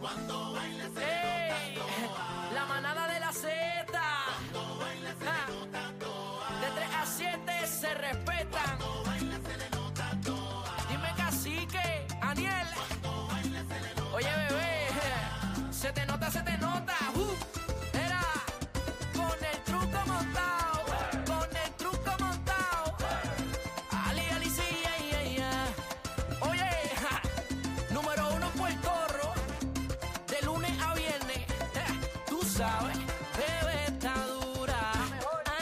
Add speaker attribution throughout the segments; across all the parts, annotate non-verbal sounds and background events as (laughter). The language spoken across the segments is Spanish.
Speaker 1: Cuando baila se le nota
Speaker 2: ¡Ey!
Speaker 1: toa.
Speaker 2: La manada de la Z.
Speaker 1: Cuando baila se
Speaker 2: Ah.
Speaker 1: le nota toa.
Speaker 2: De 3 a 7 se respetan.
Speaker 1: Cuando baila se le nota toa.
Speaker 2: Dime cacique, Aniel. Oye, bebé, se te nota, se te nota. Uh, era con el truco montado, con el truco montado. Ali, ali, sí, ay, ay, ay. Oye, ja, número uno Puerto Rico, de lunes a viernes, eh, tú sabes. Bebé está dura,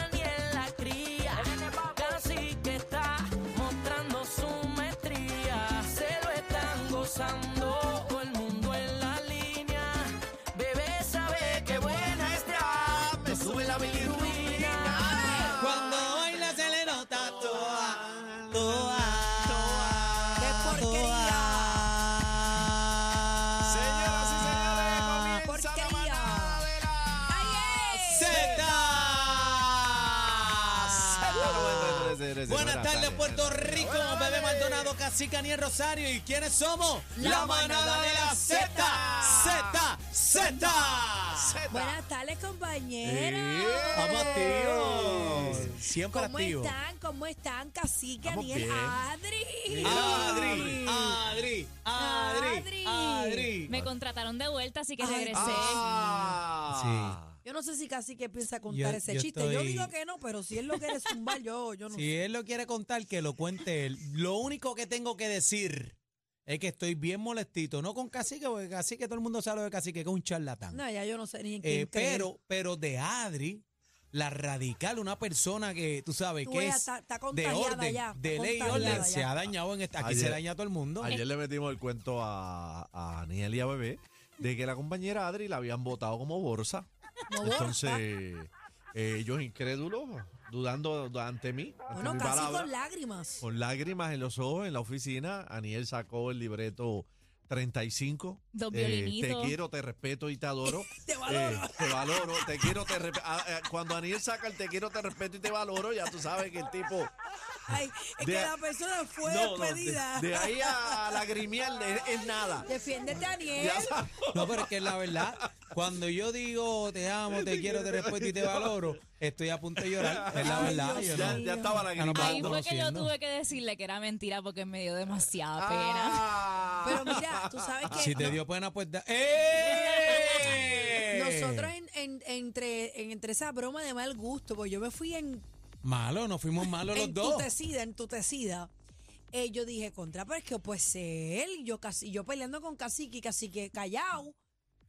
Speaker 2: Aniel la cría, casi que está mostrando su maestría. Se lo están gozando todo el mundo en la línea. Bebé sabe que buena está, me sube la bilirrubina.
Speaker 3: Cuando baila se le nota toa, toa,
Speaker 2: ¡Qué
Speaker 3: Ah, toa.
Speaker 4: Señoras y señores, comienza
Speaker 5: Porquería.
Speaker 4: la manada de la
Speaker 5: ¡Ay, eh.
Speaker 3: Z.
Speaker 4: Z.
Speaker 3: Buenas tardes, Puerto Rico,
Speaker 4: Buenas
Speaker 3: bebé
Speaker 4: tardes.
Speaker 3: Maldonado, Cacique, Aniel Rosario. ¿Y quiénes somos?
Speaker 5: La manada de la
Speaker 3: Z, Z, Z.
Speaker 4: Z.
Speaker 5: Buenas tardes, compañeros.
Speaker 3: Vamos activos. Siempre
Speaker 5: ¿Cómo
Speaker 3: activos.
Speaker 5: están? ¿Cómo están? Cacique,
Speaker 4: Estamos
Speaker 5: Aniel,
Speaker 4: bien.
Speaker 5: Adri.
Speaker 3: Adri, Adri, Adri,
Speaker 5: Adri.
Speaker 3: Adri.
Speaker 6: Me contrataron de vuelta, así que
Speaker 5: Ay,
Speaker 6: regresé.
Speaker 4: Ah.
Speaker 5: Yo no sé si Cacique piensa contar
Speaker 3: Yo-
Speaker 5: ese
Speaker 3: yo
Speaker 5: chiste. Yo
Speaker 3: estoy-
Speaker 5: digo que no, pero si él lo quiere zumbar, yo, yo no
Speaker 3: Si él lo quiere contar, que lo cuente él. Lo único que tengo que decir es que estoy bien molestito. No con Cacique, porque Cacique todo el mundo sabe lo de Cacique, que es un
Speaker 5: sé.
Speaker 3: charlatán.
Speaker 5: No, ya yo no sé ni
Speaker 3: Eh,
Speaker 5: en quién creer.
Speaker 3: pero, pero de Adri, la radical, una persona que tú sabes
Speaker 5: Tú
Speaker 3: que
Speaker 5: ella
Speaker 3: es
Speaker 5: está- está
Speaker 3: de
Speaker 5: contagiada
Speaker 3: orden,
Speaker 5: ya, está
Speaker 3: de ley y
Speaker 5: contagiada
Speaker 3: orden,
Speaker 5: ya.
Speaker 3: se ha dañado en esta. Aquí
Speaker 4: Ayer-
Speaker 3: se daña a todo el mundo.
Speaker 4: Ayer le metimos el cuento a, a Aniel y a Bebé de que la compañera Adri la habían votado como borsa.
Speaker 5: Como
Speaker 4: Entonces, eh, ellos incrédulos, dudando ante mí, ante
Speaker 5: Bueno,
Speaker 4: mi
Speaker 5: casi
Speaker 4: palabra,
Speaker 5: con lágrimas.
Speaker 4: con lágrimas en los ojos en la oficina. Aniel sacó el libreto 35.
Speaker 6: Dos
Speaker 4: Eh, te
Speaker 6: violinitos.
Speaker 4: quiero, te respeto y te adoro.
Speaker 5: (laughs) Te valoro.
Speaker 4: Eh, te valoro, te quiero, te respeto. Cuando Aniel saca el te quiero, te respeto y te valoro, ya tú sabes que el tipo.
Speaker 5: Ay, es
Speaker 4: de-
Speaker 5: que la persona fue
Speaker 4: No, no, de-
Speaker 5: despedida.
Speaker 4: de, ahí a, a lagrimear es, es nada.
Speaker 5: Defiéndete, Aniel.
Speaker 4: Ya sabes.
Speaker 3: No, pero es que la verdad, cuando yo digo te amo, te quiero, te respeto y te valoro, estoy a punto de llorar. Es la
Speaker 5: Ay,
Speaker 3: verdad.
Speaker 5: Dios
Speaker 3: yo
Speaker 4: ya,
Speaker 3: no-
Speaker 4: ya estaba
Speaker 6: Ahí
Speaker 4: lagrimando.
Speaker 6: fue que yo
Speaker 3: conociendo.
Speaker 6: tuve que decirle que era mentira porque me dio demasiada pena.
Speaker 4: Ah.
Speaker 5: Pero mira, tú sabes que
Speaker 3: Si te dio pena, pues da. ¡Eh!
Speaker 5: nosotros en- en- entre, en- entre esa broma de mal gusto, porque yo me fui en
Speaker 3: Malo, nos fuimos malos los dos.
Speaker 5: entutecida, entutecida. Eh, yo dije, contra, pero es que pues él, y yo casi, yo peleando con Cacique, y Cacique callao,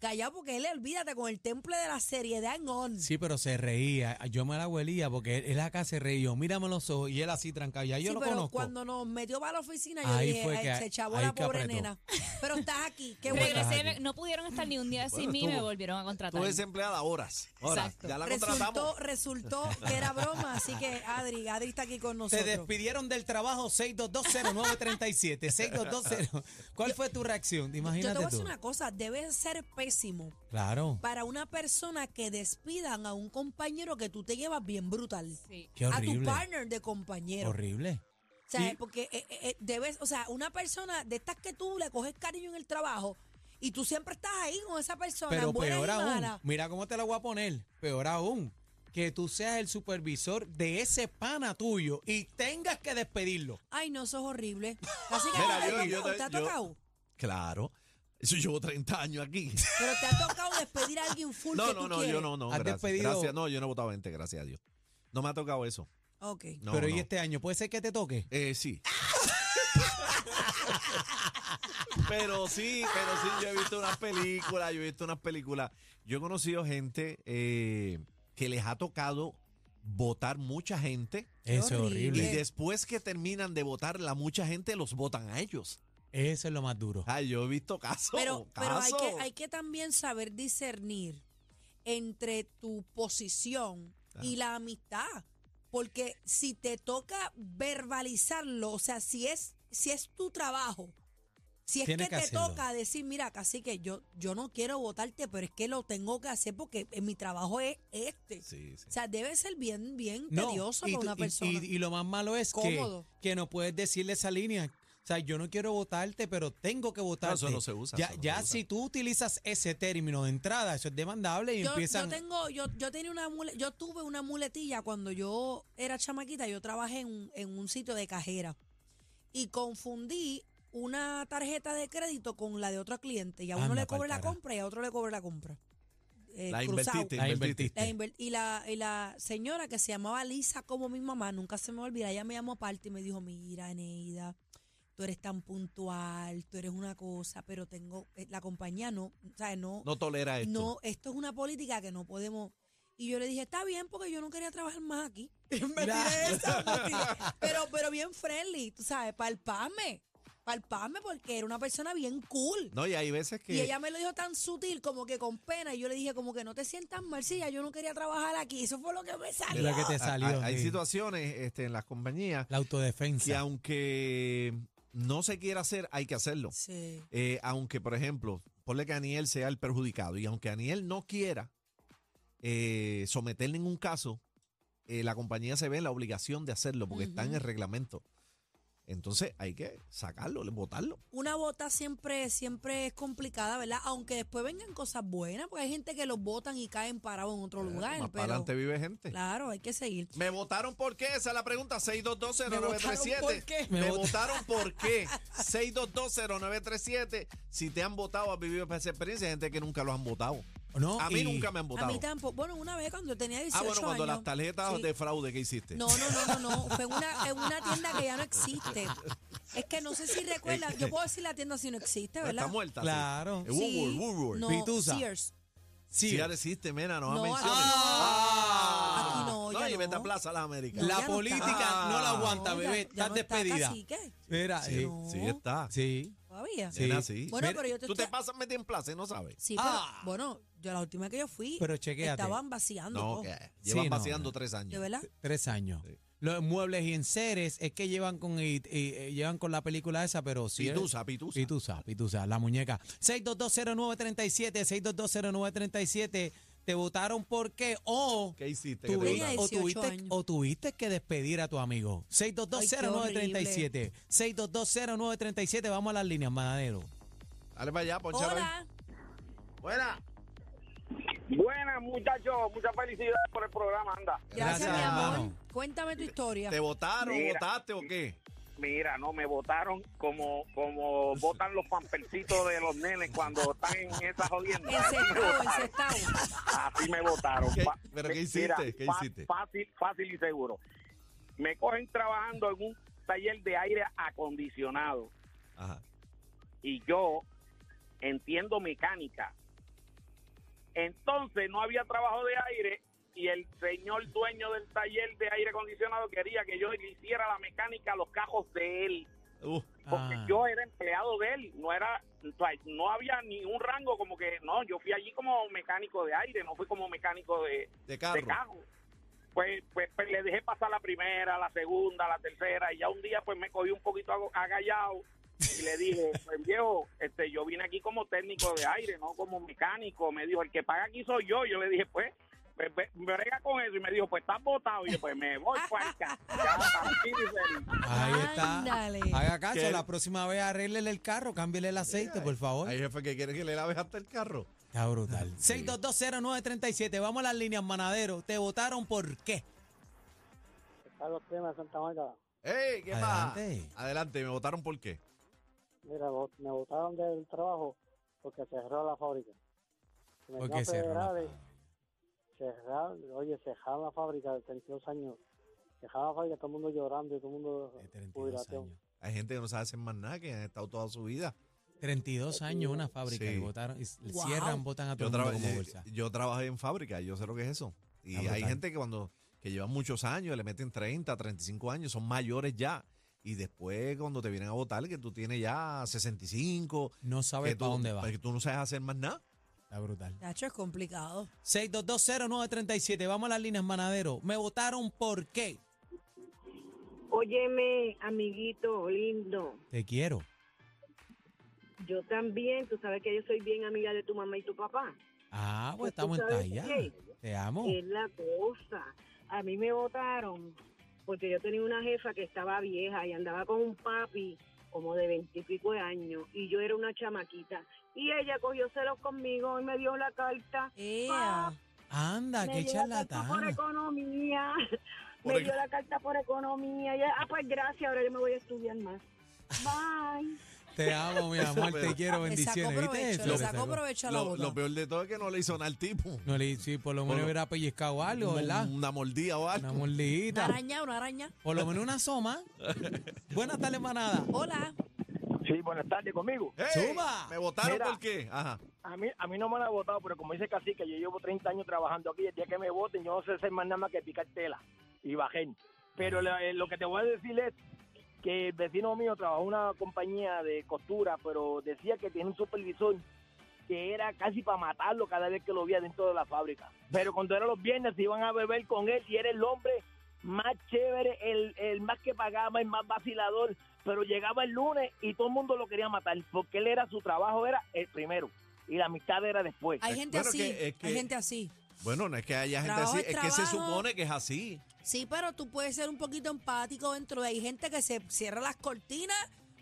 Speaker 5: callao porque él, olvídate, con el temple de la seriedad en on.
Speaker 3: Sí, pero se reía. Yo me la huelía porque él, él acá se reía. Yo, Mírame los ojos y él así trancado. Ya yo
Speaker 5: Sí,
Speaker 3: lo
Speaker 5: pero
Speaker 3: conozco.
Speaker 5: cuando nos metió para la oficina, yo
Speaker 3: Ahí
Speaker 5: dije,
Speaker 3: fue
Speaker 5: "Ay,
Speaker 3: que-
Speaker 5: se chavó
Speaker 3: ahí
Speaker 5: la
Speaker 3: que
Speaker 5: pobre
Speaker 3: apretó".
Speaker 5: nena. Pero estás
Speaker 3: (laughs)
Speaker 5: aquí, qué
Speaker 3: Bueno,
Speaker 5: bueno.
Speaker 3: estás
Speaker 6: Regresé,
Speaker 3: aquí.
Speaker 6: me- no pudieron estar ni un día sin
Speaker 4: Bueno,
Speaker 6: mí y me
Speaker 4: estuvo-
Speaker 6: volvieron a contratar.
Speaker 4: Estuve desempleada horas. horas.
Speaker 6: Exacto.
Speaker 4: Ya la
Speaker 5: Resultó,
Speaker 4: contratamos.
Speaker 5: resultó que era broma, así que Adri, Adri está aquí con
Speaker 3: Te
Speaker 5: nosotros.
Speaker 3: despidieron del trabajo 6220937. 6220. ¿Cuál fue tu reacción?
Speaker 5: Yo te voy
Speaker 3: Imagínate
Speaker 5: a decir
Speaker 3: tú.
Speaker 5: una cosa, debe ser pésimo
Speaker 3: Claro.
Speaker 5: para una persona que despidan a un compañero que tú te llevas bien brutal.
Speaker 6: Sí.
Speaker 3: Qué
Speaker 5: A tu
Speaker 3: horrible.
Speaker 5: partner de compañero.
Speaker 3: Horrible.
Speaker 5: O sea,
Speaker 3: Y-
Speaker 5: porque eh, eh, eh, debes, o sea, una persona de estas que tú le coges cariño en el trabajo y tú siempre estás ahí con esa persona,
Speaker 3: Pero
Speaker 5: buena
Speaker 3: peor
Speaker 5: y
Speaker 3: aún,
Speaker 5: mala.
Speaker 3: mira cómo te la voy a poner, peor aún, que tú seas el supervisor de ese pana tuyo y tengas que despedirlo.
Speaker 5: Ay, no, eso es horrible. Así que
Speaker 4: Mira,
Speaker 5: ¿te ha
Speaker 4: yo- yo
Speaker 5: tocado?
Speaker 4: te-
Speaker 5: ¿Te ha
Speaker 4: yo-
Speaker 5: tocado?
Speaker 4: Claro. Eso llevo 30 años aquí.
Speaker 5: Pero te ha tocado despedir a alguien full
Speaker 4: No,
Speaker 5: que
Speaker 4: no,
Speaker 5: tú
Speaker 4: no,
Speaker 5: quieres.
Speaker 4: yo no, no.
Speaker 3: ¿Has
Speaker 4: Gracias,
Speaker 3: despedido?
Speaker 4: gracias. No, yo no he votado 20, gracias a Dios. No me ha tocado eso.
Speaker 5: Ok.
Speaker 4: No,
Speaker 3: Pero
Speaker 4: no.
Speaker 3: ¿y este año? ¿Puede ser que te toque?
Speaker 5: (laughs)
Speaker 4: Eh, sí. pero sí, pero sí, yo he visto unas películas, yo he visto unas películas. Yo he conocido gente eh, que les ha tocado votar mucha gente
Speaker 3: Eso es
Speaker 4: y
Speaker 5: horrible.
Speaker 3: horrible.
Speaker 4: después que terminan de votar la mucha gente, los votan a ellos.
Speaker 3: Eso es lo más duro.
Speaker 5: Ah,
Speaker 4: Ay, yo he visto casos.
Speaker 5: Pero, pero hay,
Speaker 4: casos.
Speaker 5: que, hay que también saber discernir entre tu posición y la amistad. Porque si te toca verbalizarlo, o sea, si es, si es tu trabajo, si es que,
Speaker 3: Tienes que
Speaker 5: te
Speaker 3: hacerlo.
Speaker 5: toca decir, mira, casi que yo, yo no quiero votarte, pero es que lo tengo que hacer porque eh, mi trabajo es este.
Speaker 4: Sí, sí.
Speaker 5: O sea, debe ser bien, bien
Speaker 3: No,
Speaker 5: tedioso
Speaker 3: y
Speaker 5: para
Speaker 3: tú-
Speaker 5: una
Speaker 3: y-
Speaker 5: persona.
Speaker 3: Y, y lo más malo es que,
Speaker 5: Cómodo.
Speaker 3: que no puedes decirle esa línea. O sea, yo no quiero votarte, pero tengo que votarte.
Speaker 4: eso no se usa,
Speaker 3: Ya,
Speaker 4: eso no
Speaker 3: ya
Speaker 4: se usa.
Speaker 3: si tú utilizas ese término de entrada, eso es demandable y
Speaker 5: Yo,
Speaker 3: empiezan. (laughs)
Speaker 5: yo tengo, yo, yo tenía una mule- yo tuve una muletilla cuando yo era chamaquita, yo trabajé en, un- en un sitio de cajera y confundí una tarjeta de crédito con la de otro cliente y a uno
Speaker 3: Anda
Speaker 5: le
Speaker 3: pa'l
Speaker 5: cobre la
Speaker 3: carajo.
Speaker 5: compra y a otro le cobre la compra. Eh,
Speaker 4: La
Speaker 5: cruzado.
Speaker 4: invertiste,
Speaker 3: La
Speaker 4: invertiste.
Speaker 5: La inver- y, la, y la señora que se llamaba Lisa como mi mamá, nunca se me olvida, ella me llamó aparte y me dijo, mira, Neida, tú eres tan puntual, tú eres una cosa, pero tengo, eh, la compañía no, o sea, no,
Speaker 4: No tolera esto.
Speaker 5: no, esto es una política que no podemos. Y yo le dije, está bien, porque yo no quería trabajar más (laughs) aquí. Me tiré (laughs) esa, me tiré. pero, pero bien friendly, tú sabes, palpame, palpame, porque era una persona bien cool.
Speaker 4: No, y hay veces que.
Speaker 5: Y ella me lo dijo tan sutil, como que con pena. Y yo le dije, como que no te sientas mal, si ya yo no quería trabajar aquí. Eso fue lo que me salió.
Speaker 3: Mira que te
Speaker 4: Ah,
Speaker 3: salió.
Speaker 4: hay- hay
Speaker 3: sí.
Speaker 4: situaciones este, en las compañías
Speaker 3: La
Speaker 4: que
Speaker 3: autodefensa.
Speaker 4: aunque no se quiera hacer, hay que hacerlo.
Speaker 5: Sí.
Speaker 4: Eh, aunque, por ejemplo, ponle que Aniel sea el perjudicado y aunque Aniel no quiera eh, someter ningún caso, eh, la compañía se ve en la obligación de hacerlo porque está en
Speaker 5: Ujú.
Speaker 4: el reglamento. Entonces hay que sacarlo, votarlo.
Speaker 5: Una bota siempre, siempre es complicada, ¿verdad? Aunque después vengan cosas buenas, porque hay gente que los votan y caen parados en otro lugar.
Speaker 4: Más para
Speaker 5: Pero,
Speaker 4: adelante vive gente.
Speaker 5: claro, hay que seguir.
Speaker 4: ¿Me votaron por qué? Esa es la pregunta.
Speaker 5: ¿Me votaron por
Speaker 4: 6220937.
Speaker 5: qué?
Speaker 4: ¿Me,
Speaker 3: Me vota-
Speaker 4: votaron
Speaker 5: (laughs)
Speaker 4: por qué? 6220937. Si te han votado, has vivido esa experiencia. Hay gente que nunca los han votado.
Speaker 3: No,
Speaker 4: A mí
Speaker 3: y-
Speaker 4: nunca me han
Speaker 5: A
Speaker 4: votado.
Speaker 5: mí tampoco. Bueno, una vez cuando tenía 18
Speaker 4: Ah, bueno, cuando
Speaker 5: años,
Speaker 4: las tarjetas
Speaker 5: sí.
Speaker 4: de fraude que hiciste.
Speaker 5: No, no, no, no, no. Fue en una, en una tienda que ya no existe. Es que no sé si recuerdas. Yo puedo decir la tienda si no existe,
Speaker 4: No,
Speaker 5: ¿verdad?
Speaker 4: Está muerta. sí.
Speaker 3: Claro.
Speaker 4: Eh, Woolworth, Woolworth.
Speaker 5: No,
Speaker 3: Pitusa.
Speaker 5: Sears.
Speaker 4: Sí,
Speaker 3: Sí,
Speaker 4: ya existe, mena, no,
Speaker 5: No,
Speaker 4: me
Speaker 5: aquí
Speaker 4: menciones.
Speaker 5: no.
Speaker 4: Ah.
Speaker 5: Aquí no, ya
Speaker 4: y
Speaker 5: no.
Speaker 4: vete a Plaza Las Américas.
Speaker 3: La
Speaker 5: ya no
Speaker 3: política
Speaker 5: está.
Speaker 4: no la
Speaker 3: aguanta,
Speaker 5: ya-
Speaker 3: bebé.
Speaker 5: ya
Speaker 3: Estás
Speaker 5: no está,
Speaker 3: despedida.
Speaker 5: cacique,
Speaker 3: mira,
Speaker 4: Sí, Ah.
Speaker 3: eh,
Speaker 4: sí
Speaker 5: no.
Speaker 4: está.
Speaker 3: sí.
Speaker 5: Todavía.
Speaker 3: Sí.
Speaker 4: Nena, sí.
Speaker 5: Bueno,
Speaker 3: Mira,
Speaker 5: pero yo te
Speaker 4: Tú te
Speaker 5: estoy-
Speaker 4: pasas metida en plaza y no sabes.
Speaker 5: Sí, pero,
Speaker 3: Ah.
Speaker 5: bueno, yo la última que yo fui,
Speaker 3: Pero chequéate.
Speaker 5: estaban vaciando.
Speaker 4: No,
Speaker 5: todo.
Speaker 4: que llevan
Speaker 3: no,
Speaker 4: paseando
Speaker 3: no.
Speaker 4: tres años.
Speaker 5: ¿De verdad?
Speaker 3: Tres años. Los muebles y enseres es que llevan con y- y- eh, llevan con la película esa, pero sí. es-
Speaker 4: Pitusa, pitusa.
Speaker 3: Pitusa, Pitusa, la muñeca. 6220937, 6220937. ¿Te votaron por qué? O,
Speaker 4: ¿Qué hiciste? que
Speaker 3: tuvi-
Speaker 4: te
Speaker 5: Tenía
Speaker 4: votaron?
Speaker 3: o
Speaker 5: 18
Speaker 3: tuviste,
Speaker 5: años.
Speaker 3: o tuviste que despedir a tu amigo. 6220937. 6220937. Vamos a las líneas, manadero.
Speaker 4: Dale para allá, ponchalo ahí.
Speaker 5: Hola.
Speaker 4: Buena.
Speaker 7: Buenas, muchachos. Muchas felicidades por el programa, anda.
Speaker 5: Gracias,
Speaker 3: Gracias,
Speaker 5: mi amor.
Speaker 3: hermano.
Speaker 5: Cuéntame tu historia.
Speaker 4: ¿Te votaron,
Speaker 7: Mira.
Speaker 4: votaste o qué?
Speaker 7: Mira, no, me votaron como como votan los pampercitos de los nenes cuando están en esas jodiendas. Así me
Speaker 5: Encestado,
Speaker 7: votaron.
Speaker 5: encestado.
Speaker 7: Así me votaron.
Speaker 4: ¿Qué?
Speaker 7: Fa-
Speaker 4: ¿Pero
Speaker 7: me-
Speaker 4: qué hiciste?
Speaker 7: mira,
Speaker 4: ¿Qué
Speaker 7: fa-
Speaker 4: hiciste?
Speaker 7: Fácil, fácil y seguro. Me cogen trabajando en un taller de aire acondicionado
Speaker 4: Ajá.
Speaker 7: y yo entiendo mecánica. Entonces no había trabajo de aire y el señor dueño del taller de aire acondicionado quería que yo le hiciera la mecánica a los cajos de él.
Speaker 4: Uh,
Speaker 7: Porque
Speaker 3: Ah.
Speaker 7: yo era empleado de él, no era, o sea, no había ni un rango como que, no, yo fui allí como mecánico de aire, no fui como mecánico de,
Speaker 4: de
Speaker 7: de
Speaker 4: carro.
Speaker 7: carro. Pues, pues, pues, le dejé pasar la primera, la segunda, la tercera, y ya un día pues me cogí un poquito ag- agallado y le dije, pues viejo, este, yo vine aquí como técnico de aire, no como mecánico. Me dijo, el que paga aquí soy yo. Yo le dije, pues, pues, ve- brega con eso. Y me dijo, pues estás botado. Y yo, pues me voy, pues, ya, tranquilo y feliz.
Speaker 3: Ahí está.
Speaker 5: Ándale.
Speaker 3: Haga caso,
Speaker 4: ¿Qué?
Speaker 3: la próxima vez arréglele el carro, cámbiele el aceite, por favor.
Speaker 4: Hay jefe que quiere que le laves hasta el carro.
Speaker 3: Está (laughs) brutal. 6220937, vamos a las líneas, manadero. ¿Te votaron por qué?
Speaker 8: Carlos Crema de Santa Marta.
Speaker 4: ¡Ey! ¿Qué
Speaker 3: Adelante.
Speaker 4: más? Adelante, ¿me votaron por qué?
Speaker 8: Mira, vo- me botaron del trabajo porque cerró la fábrica. Me
Speaker 3: Porque cerró la
Speaker 8: federales, cerrar, oye, cerraron la fábrica de 32 años. Cerraron la fábrica, todo el mundo llorando y todo el mundo...
Speaker 3: De 32
Speaker 8: jubilación.
Speaker 3: años.
Speaker 4: Hay gente que no sabe hacer más nada, que han estado toda su vida.
Speaker 3: 32 años una fábrica
Speaker 4: Sí.
Speaker 3: y votaron, y s-
Speaker 5: Wow.
Speaker 3: cierran, votan a todo
Speaker 4: Yo,
Speaker 3: el mundo
Speaker 4: traba-
Speaker 3: como
Speaker 4: eh,
Speaker 3: bolsa.
Speaker 4: yo trabajé en fábrica, yo sé lo que es eso. Y
Speaker 3: Ah,
Speaker 4: hay
Speaker 3: brutal.
Speaker 4: gente que cuando que llevan muchos años, le meten 30, 35 años, son mayores ya. Y después cuando te vienen a votar, que tú tienes ya 65,
Speaker 3: No sabes
Speaker 4: que tú, pues,
Speaker 3: para dónde va.
Speaker 4: que tú no sabes hacer más nada.
Speaker 3: Está brutal.
Speaker 5: Nacho, es complicado.
Speaker 3: 6220937, vamos a las líneas, manadero. ¿Me votaron por qué?
Speaker 9: Óyeme, amiguito lindo,
Speaker 3: Te quiero.
Speaker 9: yo también, tú sabes que yo soy bien amiga de tu mamá y tu papá.
Speaker 3: Ah, pues
Speaker 9: Pues tú
Speaker 3: estamos en
Speaker 9: sabes
Speaker 3: talla.
Speaker 9: qué.
Speaker 3: Te amo.
Speaker 9: Es la cosa. A mí me votaron porque yo tenía una jefa que estaba vieja y andaba con un papi como de veintipico de años, y yo era una chamaquita. Y ella cogió celos conmigo y me dio la carta.
Speaker 5: Ea.
Speaker 9: Ah,
Speaker 3: Anda,
Speaker 9: me
Speaker 3: qué
Speaker 9: dio la carta por
Speaker 3: charlatana.
Speaker 9: economía. (laughs)
Speaker 4: Por
Speaker 9: me
Speaker 4: ec-
Speaker 9: dio la carta por economía. Y, ah, pues gracias, ahora yo me voy a estudiar más. Bye.
Speaker 3: Te
Speaker 4: (laughs)
Speaker 3: amo, mi amor, te
Speaker 4: pero-
Speaker 3: quiero,
Speaker 5: Le sacó
Speaker 3: bendiciones. ¿Viste
Speaker 5: provecho,
Speaker 3: eso?
Speaker 5: le
Speaker 3: Le
Speaker 5: sacó
Speaker 3: sacó.
Speaker 5: provecho a la
Speaker 4: Lo,
Speaker 5: bota.
Speaker 4: lo peor de todo es que no le hizo nada
Speaker 5: (laughs)
Speaker 4: al tipo.
Speaker 3: No le sí, por lo
Speaker 4: Por
Speaker 3: menos
Speaker 4: lo-
Speaker 3: hubiera pellizcado algo, ¿verdad?
Speaker 4: Una mordida o algo.
Speaker 3: Una mordidita.
Speaker 5: Una araña, una araña.
Speaker 3: Por lo menos una soma. Buenas tardes, manada.
Speaker 5: Hola.
Speaker 10: Sí, buenas tardes conmigo.
Speaker 4: ¡Ey!
Speaker 3: ¡Zumba!
Speaker 4: ¿Me votaron
Speaker 10: Mira.
Speaker 4: por qué? Ajá.
Speaker 10: A mí, a mí no me han votado, pero como dice Cacique, yo llevo 30 años trabajando aquí. El día que me voten, yo no sé hacer más nada más que picar tela y bajar. Pero la- eh, lo que te voy a decir es que el vecino mío trabajó en una compañía de costura, pero decía que tiene un supervisor que era casi para matarlo cada vez que lo veía dentro de la fábrica. Pero cuando eran los viernes, se iban a beber con él y era el hombre más chévere, el, el más que pagaba, el más vacilador. Pero llegaba el lunes y todo el mundo lo quería matar, porque él era su trabajo, era el primero. Y la amistad era después.
Speaker 5: Hay gente
Speaker 4: Bueno,
Speaker 5: así.
Speaker 4: que- es que-
Speaker 5: Hay gente así.
Speaker 4: Bueno, no es que haya gente
Speaker 5: Trabajo
Speaker 4: así,
Speaker 5: es
Speaker 4: es, que se
Speaker 5: trabajo.
Speaker 4: supone que es así.
Speaker 5: Sí, pero tú puedes ser un poquito empático dentro de hay gente que se cierra las cortinas,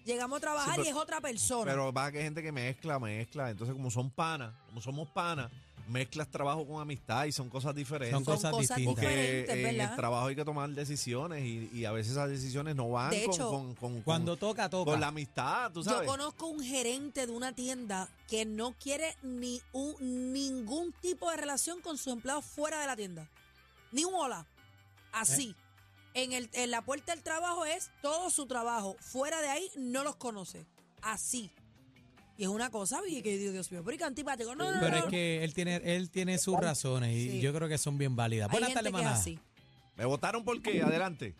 Speaker 5: llegamos a trabajar
Speaker 4: Sí, pero-
Speaker 5: y es otra persona.
Speaker 4: Pero va que hay gente que mezcla, mezcla. Entonces, como son panas, como somos panas, mezclas trabajo con amistad y son cosas diferentes.
Speaker 3: Son cosas distintas.
Speaker 4: porque
Speaker 5: diferentes,
Speaker 4: en el
Speaker 5: ¿verdad?
Speaker 4: trabajo hay que tomar decisiones y, y a veces esas decisiones no van
Speaker 5: De
Speaker 4: con,
Speaker 5: hecho,
Speaker 4: con- con- con-
Speaker 3: Cuando toca, toca.
Speaker 4: con la amistad, tú
Speaker 5: Yo
Speaker 4: sabes.
Speaker 5: conozco un gerente de una tienda que no quiere ni un, ningún tipo de relación con sus empleados fuera de la tienda. Ni un hola. Así.
Speaker 3: ¿Eh?
Speaker 5: En, el, en la puerta del trabajo es todo su trabajo. Fuera de ahí no los conoce. Así. Y es una cosa, y que yo digo, Dios mío, pero y qué antipático. No, no, no,
Speaker 3: Pero es
Speaker 5: no.
Speaker 3: que él tiene, él tiene sus razones y
Speaker 5: Sí.
Speaker 3: yo creo que son bien válidas.
Speaker 5: Hay
Speaker 3: Buenas
Speaker 5: gente
Speaker 3: tardes,
Speaker 5: que es
Speaker 3: manada.
Speaker 5: así.
Speaker 4: ¿Me votaron por qué? Adelante.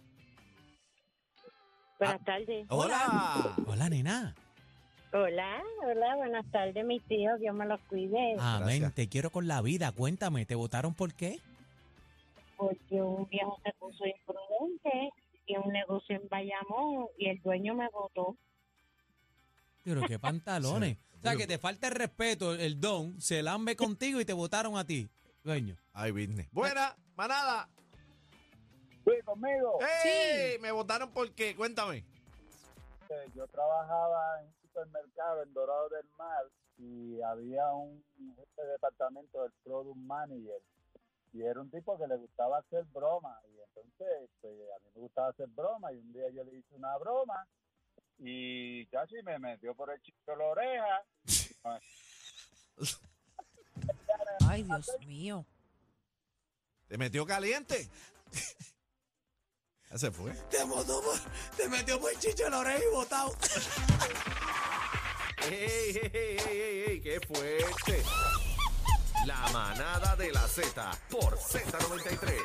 Speaker 9: Buenas tardes.
Speaker 4: Hola.
Speaker 3: Hola, nena.
Speaker 9: Hola, hola, buenas tardes, mis tíos. Dios me los cuide.
Speaker 3: Amén,
Speaker 4: Gracias.
Speaker 3: Ah, te quiero con la vida. Cuéntame, ¿te votaron por qué?
Speaker 9: porque un viejo se puso imprudente y un negocio en Bayamón y el dueño me votó.
Speaker 3: Pero qué
Speaker 4: (laughs)
Speaker 3: pantalones. O sea, que te falta el respeto, el don, se lambe contigo y te votaron a ti, dueño.
Speaker 4: Ay, business. Buena, manada.
Speaker 10: Sí, conmigo.
Speaker 4: ¡Ey! ¿Me votaron por qué? Cuéntame.
Speaker 10: Eh, yo trabajaba en un supermercado en Dorado del Mar y había un jefe de departamento del Product Manager y era un tipo que le gustaba hacer broma y entonces pues, a mí me gustaba hacer broma y un día yo le hice una broma y casi me metió por el chico la oreja
Speaker 5: Ay, Dios mío.
Speaker 4: ¿Te metió caliente? Ya se fue.
Speaker 3: Te, metió por chicho en la oreja y votado.
Speaker 4: ¡Ey, ey, ey, ey, ey, ey! qué fuerte! La manada de la Z por Z93.